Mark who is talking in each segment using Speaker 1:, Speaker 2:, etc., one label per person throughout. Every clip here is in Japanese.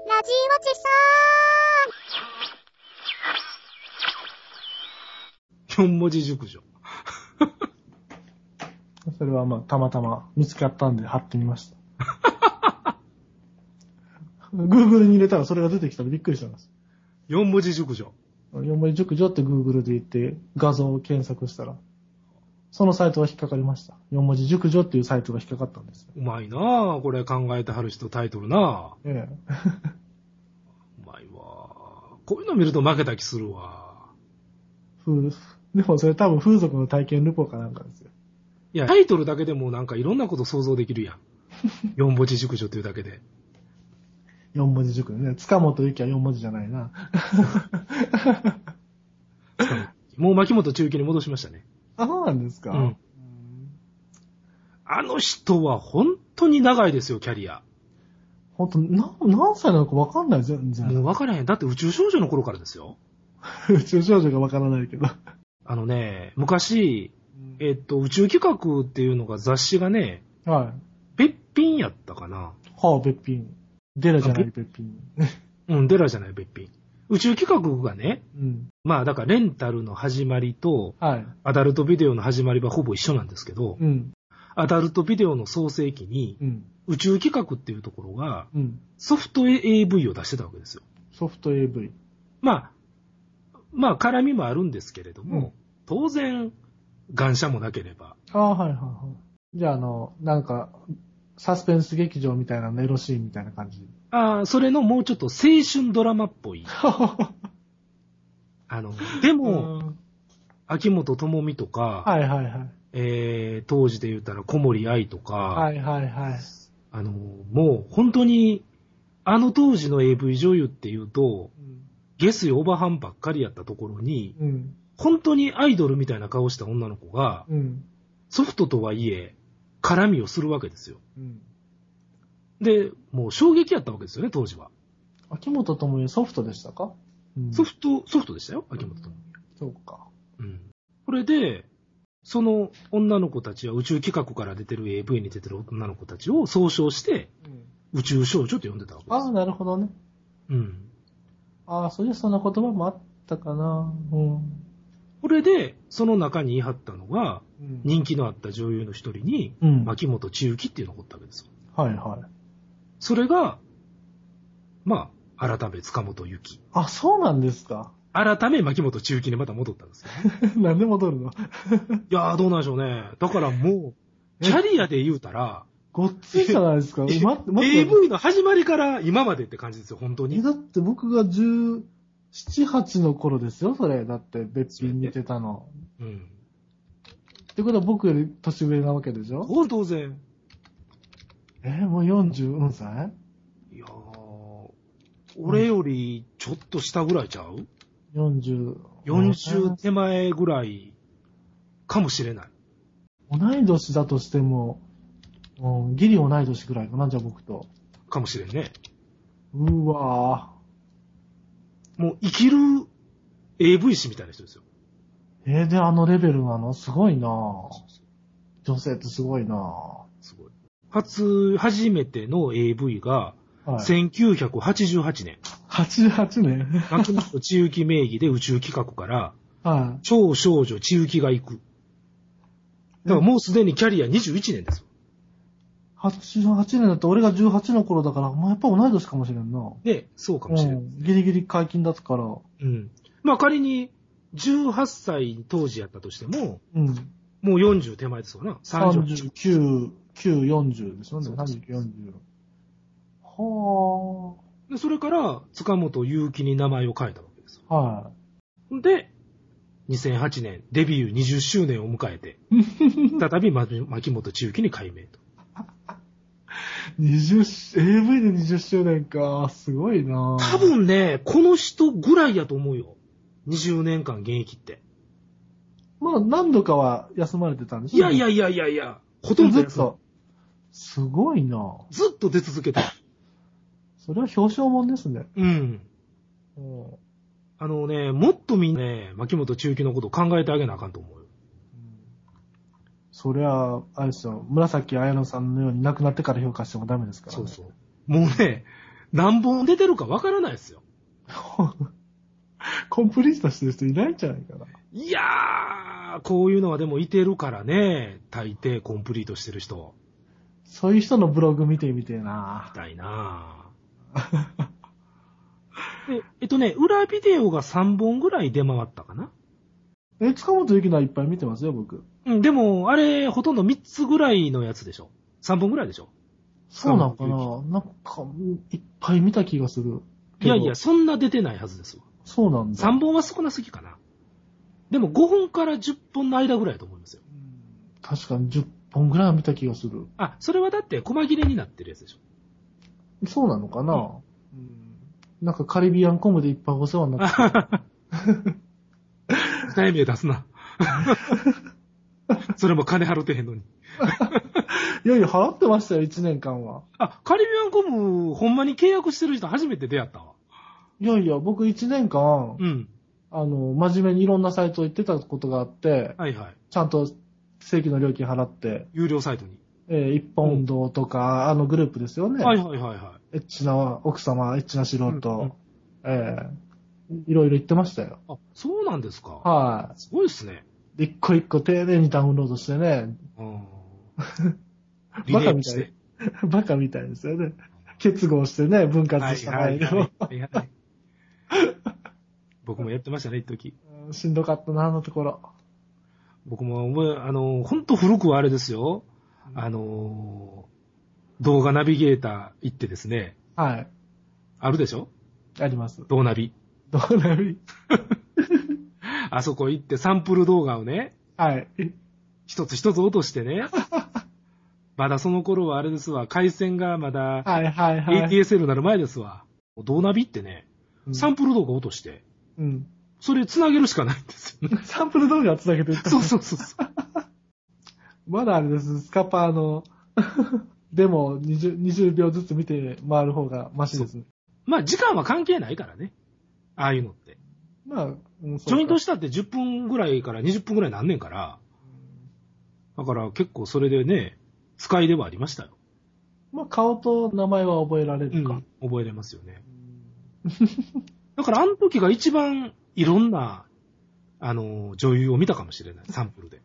Speaker 1: ちそ
Speaker 2: 四文字熟女。
Speaker 3: それはまあ、たまたま見つかったんで貼ってみました。Google に入れたらそれが出てきたらびっくりしたんです。
Speaker 2: 四文字熟女。
Speaker 3: 4文字熟女って Google で言って画像を検索したら、そのサイトが引っかかりました。4文字熟女っていうサイトが引っかかったんです。
Speaker 2: うまいなぁ。これ考えてはる人タイトルなぁ。
Speaker 3: ええ。
Speaker 2: うまいわぁ。こういうの見ると負けた気するわ
Speaker 3: 風でもそれ多分風俗の体験ルポかなんかですよ。
Speaker 2: いや、タイトルだけでもなんかいろんなこと想像できるやん。四文字熟女というだけで。
Speaker 3: 4文字熟女ね。塚本ゆきは4文字じゃないな。
Speaker 2: もう牧本中期に戻しましたね。
Speaker 3: あ、そうなんですか、
Speaker 2: うんあの人は本当に長いですよ、キャリア。
Speaker 3: ほんと、な、何歳なのかわかんない、全
Speaker 2: もう
Speaker 3: 然。
Speaker 2: 分からへん。だって宇宙少女の頃からですよ。
Speaker 3: 宇宙少女がわからないけど。
Speaker 2: あのね、昔、えっと、宇宙企画っていうのが雑誌がね、
Speaker 3: は
Speaker 2: べっぴんやったかな。
Speaker 3: い。はあ、べっぴん。デラじゃな
Speaker 2: あ
Speaker 3: い、べっぴん。
Speaker 2: うん、デラじゃない、べっぴん。宇宙企画がね、
Speaker 3: うん。
Speaker 2: まあだからレンタルの始まりと、
Speaker 3: はい。
Speaker 2: アダルトビデオの始まりはほぼ一緒なんですけど、
Speaker 3: うん。
Speaker 2: アダルトビデオの創世期に、
Speaker 3: うん。
Speaker 2: 宇宙企画っていうところが、
Speaker 3: うん。
Speaker 2: ソフト AV を出してたわけですよ。
Speaker 3: ソフト AV。
Speaker 2: まあ、まあ、絡みもあるんですけれども、
Speaker 3: うん
Speaker 2: 当然、願者もなければ、
Speaker 3: ああ、はいはいはい。じゃあ、あの、なんか、サスペンス劇場みたいなのエロシーンみたいな感 じ。
Speaker 2: ああ、それのもうちょっと青春ドラマっぽい。あの、でも、
Speaker 3: うん
Speaker 2: 秋元智美とか、
Speaker 3: はいはいはい。
Speaker 2: えー、当時で言ったら小森愛とか、
Speaker 3: はいはいはい。
Speaker 2: あの、もう本当に、あの当時の AV 女優っていうと、ゲスいオバハンばっかりやったところに、
Speaker 3: うん。
Speaker 2: 本当にアイドルみたいな顔した女の子が、
Speaker 3: うん。
Speaker 2: ソフトとはいえ、絡みをするわけですよ。
Speaker 3: うん。
Speaker 2: で、もう衝撃やったわけですよね、当時は。
Speaker 3: 秋元ともソフトでしたか、うん
Speaker 2: ソフト、ソフトでしたよ、秋元と。
Speaker 3: そうか。
Speaker 2: うん。これで、その女の子たちは宇宙企画から出てる AV に出てる女の子たちを総称して、宇宙少女と呼んでたわけで
Speaker 3: ああ、
Speaker 2: す。
Speaker 3: なるほどね。
Speaker 2: うん。
Speaker 3: ああ、そういうそんな言葉もあったかな。うん。
Speaker 2: これで、その中に言い張ったのが、
Speaker 3: うん
Speaker 2: 人気のあった女優の一人に、
Speaker 3: うん。は
Speaker 2: 牧
Speaker 3: い
Speaker 2: 本千幸っていうのがおったわけですよ。
Speaker 3: はい。
Speaker 2: それが、まあ、改め塚本由紀。
Speaker 3: あ、そうなんですか。
Speaker 2: 改め牧本千幸にまた戻ったんですけどね
Speaker 3: なんで戻るの
Speaker 2: いやー、どうなんでしょうね。だからもう、キャリアで言うたら、
Speaker 3: ごっついじゃないですか。待って、待って。
Speaker 2: AV の始まりから今までって感じですよ、本当
Speaker 3: え
Speaker 2: に。
Speaker 3: だって僕が17、8の頃ですよ、それ。だって、別に見てたの。
Speaker 2: うん。
Speaker 3: ってことは僕より年上なわけでしょ
Speaker 2: 当然当然。
Speaker 3: えーもう44歳
Speaker 2: いやー、俺よりちょっと下ぐらいちゃう
Speaker 3: ?40。
Speaker 2: ?40 手前ぐらいかもしれない。
Speaker 3: 同い年だとしても、うん、ギリ同い年ぐらいかな、じゃあ僕と。
Speaker 2: かもしれんね。
Speaker 3: うわ
Speaker 2: もう生きる AV 師みたいな人ですよ。
Speaker 3: ぁ。えーで、あのレベルなのすごいなぁ。女性ってすごいなぁ。
Speaker 2: すごい。初、初めての AV が、
Speaker 3: はい。
Speaker 2: 1988年、
Speaker 3: 88年
Speaker 2: 牧本千幸名義で宇宙企画から、
Speaker 3: は
Speaker 2: 超少女千幸が行く。だからもうすでにキャリア21年ですよ。
Speaker 3: い。88年だって俺が18の頃だから、まあ、やっぱ同い年かもしれんな。
Speaker 2: で、そうかもしれ
Speaker 3: う
Speaker 2: ない。
Speaker 3: ん、ギリギリ解禁だったから。う
Speaker 2: うん。まあ仮に、18歳当時やったとしても、
Speaker 3: ん。
Speaker 2: もう40手前ですよな。30。
Speaker 3: 39、9、40ですよね。
Speaker 2: そうです
Speaker 3: 39、40。は
Speaker 2: でそれから、塚本祐樹に名前を変えたわけですよ
Speaker 3: あ。は
Speaker 2: で、2008年、デビュー20周年を迎えて、 再びま牧本千幸に改名と。
Speaker 3: い。20し、AV で20周年か。すごいな
Speaker 2: 多分ね、この人ぐらいやと思うよ。20年間現役って。
Speaker 3: まあ、何度かは休まれてたんでしょ
Speaker 2: いやい
Speaker 3: や、
Speaker 2: やいやいやいや、ほとんど
Speaker 3: ずっ
Speaker 2: やつは
Speaker 3: と。すごいな
Speaker 2: ずっと出続けてる。
Speaker 3: それは表彰もんですね。
Speaker 2: うん。
Speaker 3: うん
Speaker 2: あのね、もっとみんなね、牧本中期のこと考えてあげなあかんと思うよ。
Speaker 3: そりゃあ、あれですよ、紫綾乃さんのように亡くなってから評価してもダメですから、
Speaker 2: そ
Speaker 3: ね。
Speaker 2: うそう。もうね、何本出てるかわからないですよ。
Speaker 3: コンプリートしてる人いないんじゃないかな。
Speaker 2: いやー、こういうのはでもいてるからね、大抵コンプリートしてる人、
Speaker 3: そういう人のブログ見てみてえな
Speaker 2: み。たいなで えっとね、裏ビデオが3本ぐらい出回ったかな。
Speaker 3: え、塚本ゆきのいっぱい見てますよ、僕。
Speaker 2: うん、でも、あれ、ほとんど3つぐらいのやつでしょ。3本ぐらいでしょ。
Speaker 3: そうなの
Speaker 2: 塚
Speaker 3: か
Speaker 2: 本
Speaker 3: ななんか、いっぱい見た気がする。
Speaker 2: いやいや、
Speaker 3: けど、
Speaker 2: そんな出てないはずですわ。
Speaker 3: そうなんだ。
Speaker 2: 3本は少なすぎかな。でも5本から10本の間ぐらいだと思いますよ。
Speaker 3: 確かに10本ぐらいは見た気がする。
Speaker 2: あ、それはだって、細切れになってるやつでしょ。
Speaker 3: そうなのかな、うんなんかカリビアンコムでいっぱいお世話になっ
Speaker 2: 悩みを出す な。それも金払ってへんのに。
Speaker 3: て。 いやいや、払ってましたよ、1年間は。
Speaker 2: あ、カリビアンコム、ほんまに契約してる人初めて出会ったわ。
Speaker 3: いやいや、僕1年間、
Speaker 2: うん。
Speaker 3: あの、真面目にいろんなサイト行ってたことがあって、
Speaker 2: はいはい。
Speaker 3: ちゃんと正規の料金払って、
Speaker 2: 有料サイトに。
Speaker 3: えー、一本堂とか、あのグループですよね。
Speaker 2: はいはいはいは
Speaker 3: エッチな奥様、エッチな素人、
Speaker 2: うん
Speaker 3: えー、いろいろ行ってましたよ。
Speaker 2: い。あ、そうなんですか。
Speaker 3: は
Speaker 2: すごいっすね。
Speaker 3: い。で一個一個丁寧にダウンロードしてね、
Speaker 2: うん。リ
Speaker 3: バ
Speaker 2: レ
Speaker 3: カ
Speaker 2: ー
Speaker 3: み
Speaker 2: したて
Speaker 3: い。。バカみたいですよね。結合してね、分
Speaker 2: は
Speaker 3: 割
Speaker 2: い
Speaker 3: した
Speaker 2: は
Speaker 3: 配
Speaker 2: い
Speaker 3: 慮。
Speaker 2: はいはい。僕もやってましたね、一時。
Speaker 3: うんしんどかったな、あのところ。
Speaker 2: 僕も覚え、あの、ほんと古くはあれですよ。あの、動画ナビゲーター行ってですね、
Speaker 3: はい。
Speaker 2: あるでしょ
Speaker 3: あります。
Speaker 2: 動ナビ。
Speaker 3: どうなる
Speaker 2: あそこ行ってサンプル動画をね、
Speaker 3: はい。
Speaker 2: 一つ一つ落として ね。まだその頃はあれですわ、回線がまだ
Speaker 3: はいはいはい。
Speaker 2: ATSL になる前ですわ。動ナビってね、
Speaker 3: うん
Speaker 2: サンプル動画落として、
Speaker 3: うん。
Speaker 2: それ繋げるしかないんですよね。
Speaker 3: サンプル動画をつなげていっ た
Speaker 2: そうそうそうそう。
Speaker 3: まだあれです、スカパーの、でも 20, 20秒ずつ見て回る方がマシですね。
Speaker 2: まあ時間は関係ないからね。ああいうのって。
Speaker 3: まあ、うん、
Speaker 2: ジョイント
Speaker 3: し
Speaker 2: したって10分ぐらいから20分ぐらいなんねんから。だから結構それでね、使いではありましたよ。
Speaker 3: まあ、顔と名前は覚えられるか。
Speaker 2: 覚えれますよね。だからあの時が一番いろんな、あの、女優を見たかもしれない。サンプルで。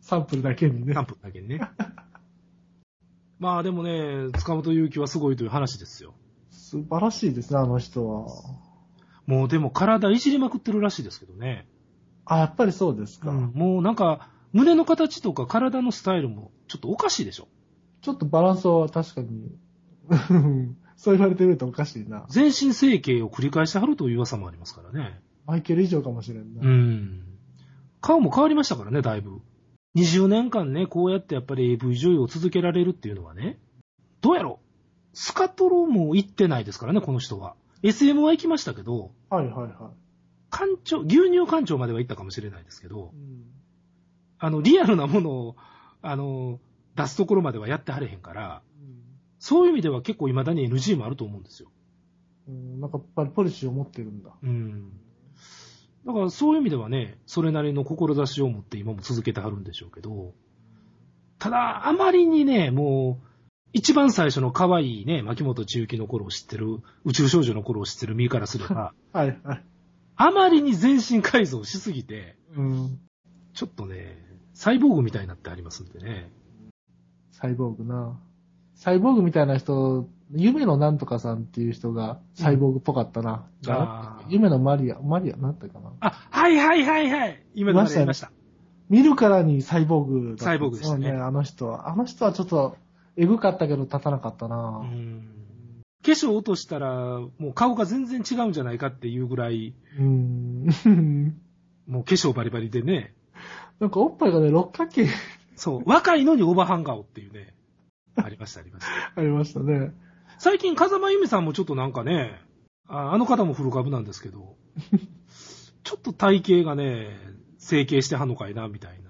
Speaker 3: サンプルだけにね
Speaker 2: サ。ンプルだけにね。まあでもね、塚本祐樹はすごいという話ですよ。
Speaker 3: 素晴らしいですね、あの人は。
Speaker 2: もうでも体いじりまくってるらしいですけどね。
Speaker 3: あ、やっぱりそうですか。
Speaker 2: もうなんか、胸の形とか体のスタイルもちょっとおかしいでしょ。
Speaker 3: ちょっとバランスは確かに、うんそう言われてみるとおかしいな。
Speaker 2: 全身整形を繰り返してはるという噂もありますからね。
Speaker 3: マイケル以上かもしれんな。
Speaker 2: うん。顔も変わりましたからね、だいぶ。20年間ね、こうやってやっぱり AV 女優を続けられるっていうのはね、どうやろスカトロも行ってないですからね、この人は。SM は行きましたけど、
Speaker 3: はいはいは
Speaker 2: 館長、牛乳館長までは行ったかもしれないですけど
Speaker 3: い。、
Speaker 2: あの、リアルなものを、あの、出すところまではやってはれへんから、そういう意味では結構未だに NG もあると思うんですよ。
Speaker 3: うん、なんかやっぱりポリシーを持ってるんだ。
Speaker 2: うん。だからそういう意味ではね、それなりの志を持って今も続けてはるんでしょうけど、ただ、あまりにね、もう、一番最初の可愛いね、牧本千幸の頃を知ってる、宇宙少女の頃を知ってる身からすれば、
Speaker 3: はいはい。
Speaker 2: あまりに全身改造しすぎて、
Speaker 3: うん。
Speaker 2: ちょっとね、サイボーグみたいになってありますんでね。
Speaker 3: サイボーグな。サイボーグみたいな人、夢のなんとかさんっていう人がサイボーグっぽかったな。
Speaker 2: うんあー
Speaker 3: 夢のマリア、マリア、なんていうかな。
Speaker 2: あ、はいはいはいはい今のあれ言いました。
Speaker 3: 見るからにサイボーグだった
Speaker 2: サイボーグでしたね
Speaker 3: そうあの人は。あの人はちょっと、エグかったけど立たなかった
Speaker 2: う
Speaker 3: な。
Speaker 2: ん。化粧落としたら、もう顔が全然違うんじゃないかっていうぐらい、
Speaker 3: うん。うん、
Speaker 2: もう化粧バリバリでね、
Speaker 3: なんかおっぱいがね、六角形
Speaker 2: そう、若いのにオバハン顔っていうね、ありました、ありました。
Speaker 3: ありましたね。
Speaker 2: 最近、風間由美さんもちょっとなんかね、ああの方も古株なんですけど、ちょっと体型がね、整形してはんのかいな、みたいな。
Speaker 3: い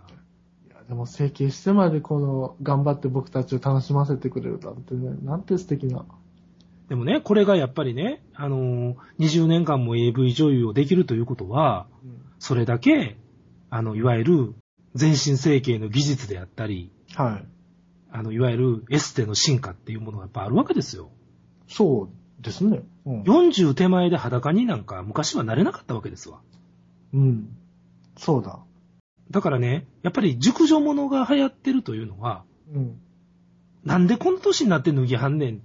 Speaker 3: やでも整形してまでこの頑張って僕たちを楽しませてくれるなんてね、なんて素敵な。
Speaker 2: でもね、これがやっぱりね、あのー20年間も AV 女優をできるということは、それだけ、あの、いわゆる、全身整形の技術であったり、
Speaker 3: はい。
Speaker 2: あの、いわゆるエステの進化っていうものがやっぱあるわけですよ。
Speaker 3: そうですね。うん。
Speaker 2: 40手前で裸になんか昔はなれなかったわけですわ。
Speaker 3: うん。そうだ。
Speaker 2: だからね、やっぱり熟女ものが流行ってるというのは、
Speaker 3: うん。
Speaker 2: なんでこの年になって脱ぎはんねん、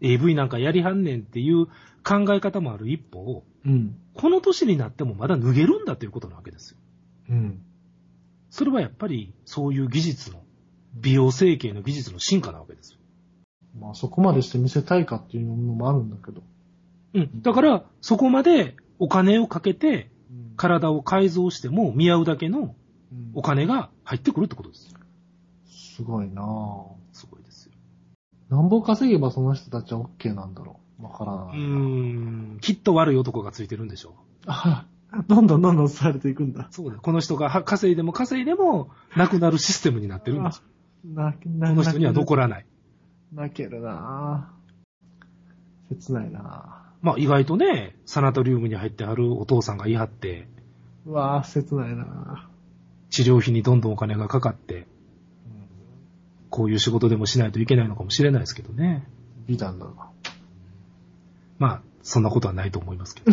Speaker 2: AV なんかやりはんねんっていう考え方もある一方、
Speaker 3: うん。
Speaker 2: この年になってもまだ脱げるんだということなわけですよ。
Speaker 3: うん。
Speaker 2: それはやっぱりそういう技術の、美容整形の技術の進化なわけですよ。
Speaker 3: まあそこまでして見せたいかっていうのもあるんだけど。
Speaker 2: うん。だから、そこまでお金をかけて、体を改造しても見合うだけの
Speaker 3: うん
Speaker 2: お金が入ってくるってことですよ。
Speaker 3: すごいなぁ。
Speaker 2: すごいですよ。
Speaker 3: なんぼ稼げばその人たちは OK なんだろう。わから
Speaker 2: う
Speaker 3: ない。
Speaker 2: ーん。きっと悪い男がついてるんでしょう。
Speaker 3: あ どんどんどんどんされていくんだ。
Speaker 2: そうだ。この人がは稼いでも稼いでも、なくなるシステムになってるんですよ。
Speaker 3: な、な、
Speaker 2: この人には残らない。
Speaker 3: 泣けるなぁ。切ないな
Speaker 2: まあ意外とね、サナトリウムに入ってあるお父さんが言い張って、
Speaker 3: ぁ。うわぁ、切ないな
Speaker 2: 治療費にどんどんお金がかかって、
Speaker 3: ぁ。
Speaker 2: こういう仕事でもしないといけないのかもしれないですけどね。
Speaker 3: 美談だな。
Speaker 2: まあ、そんなことはないと思いますけど。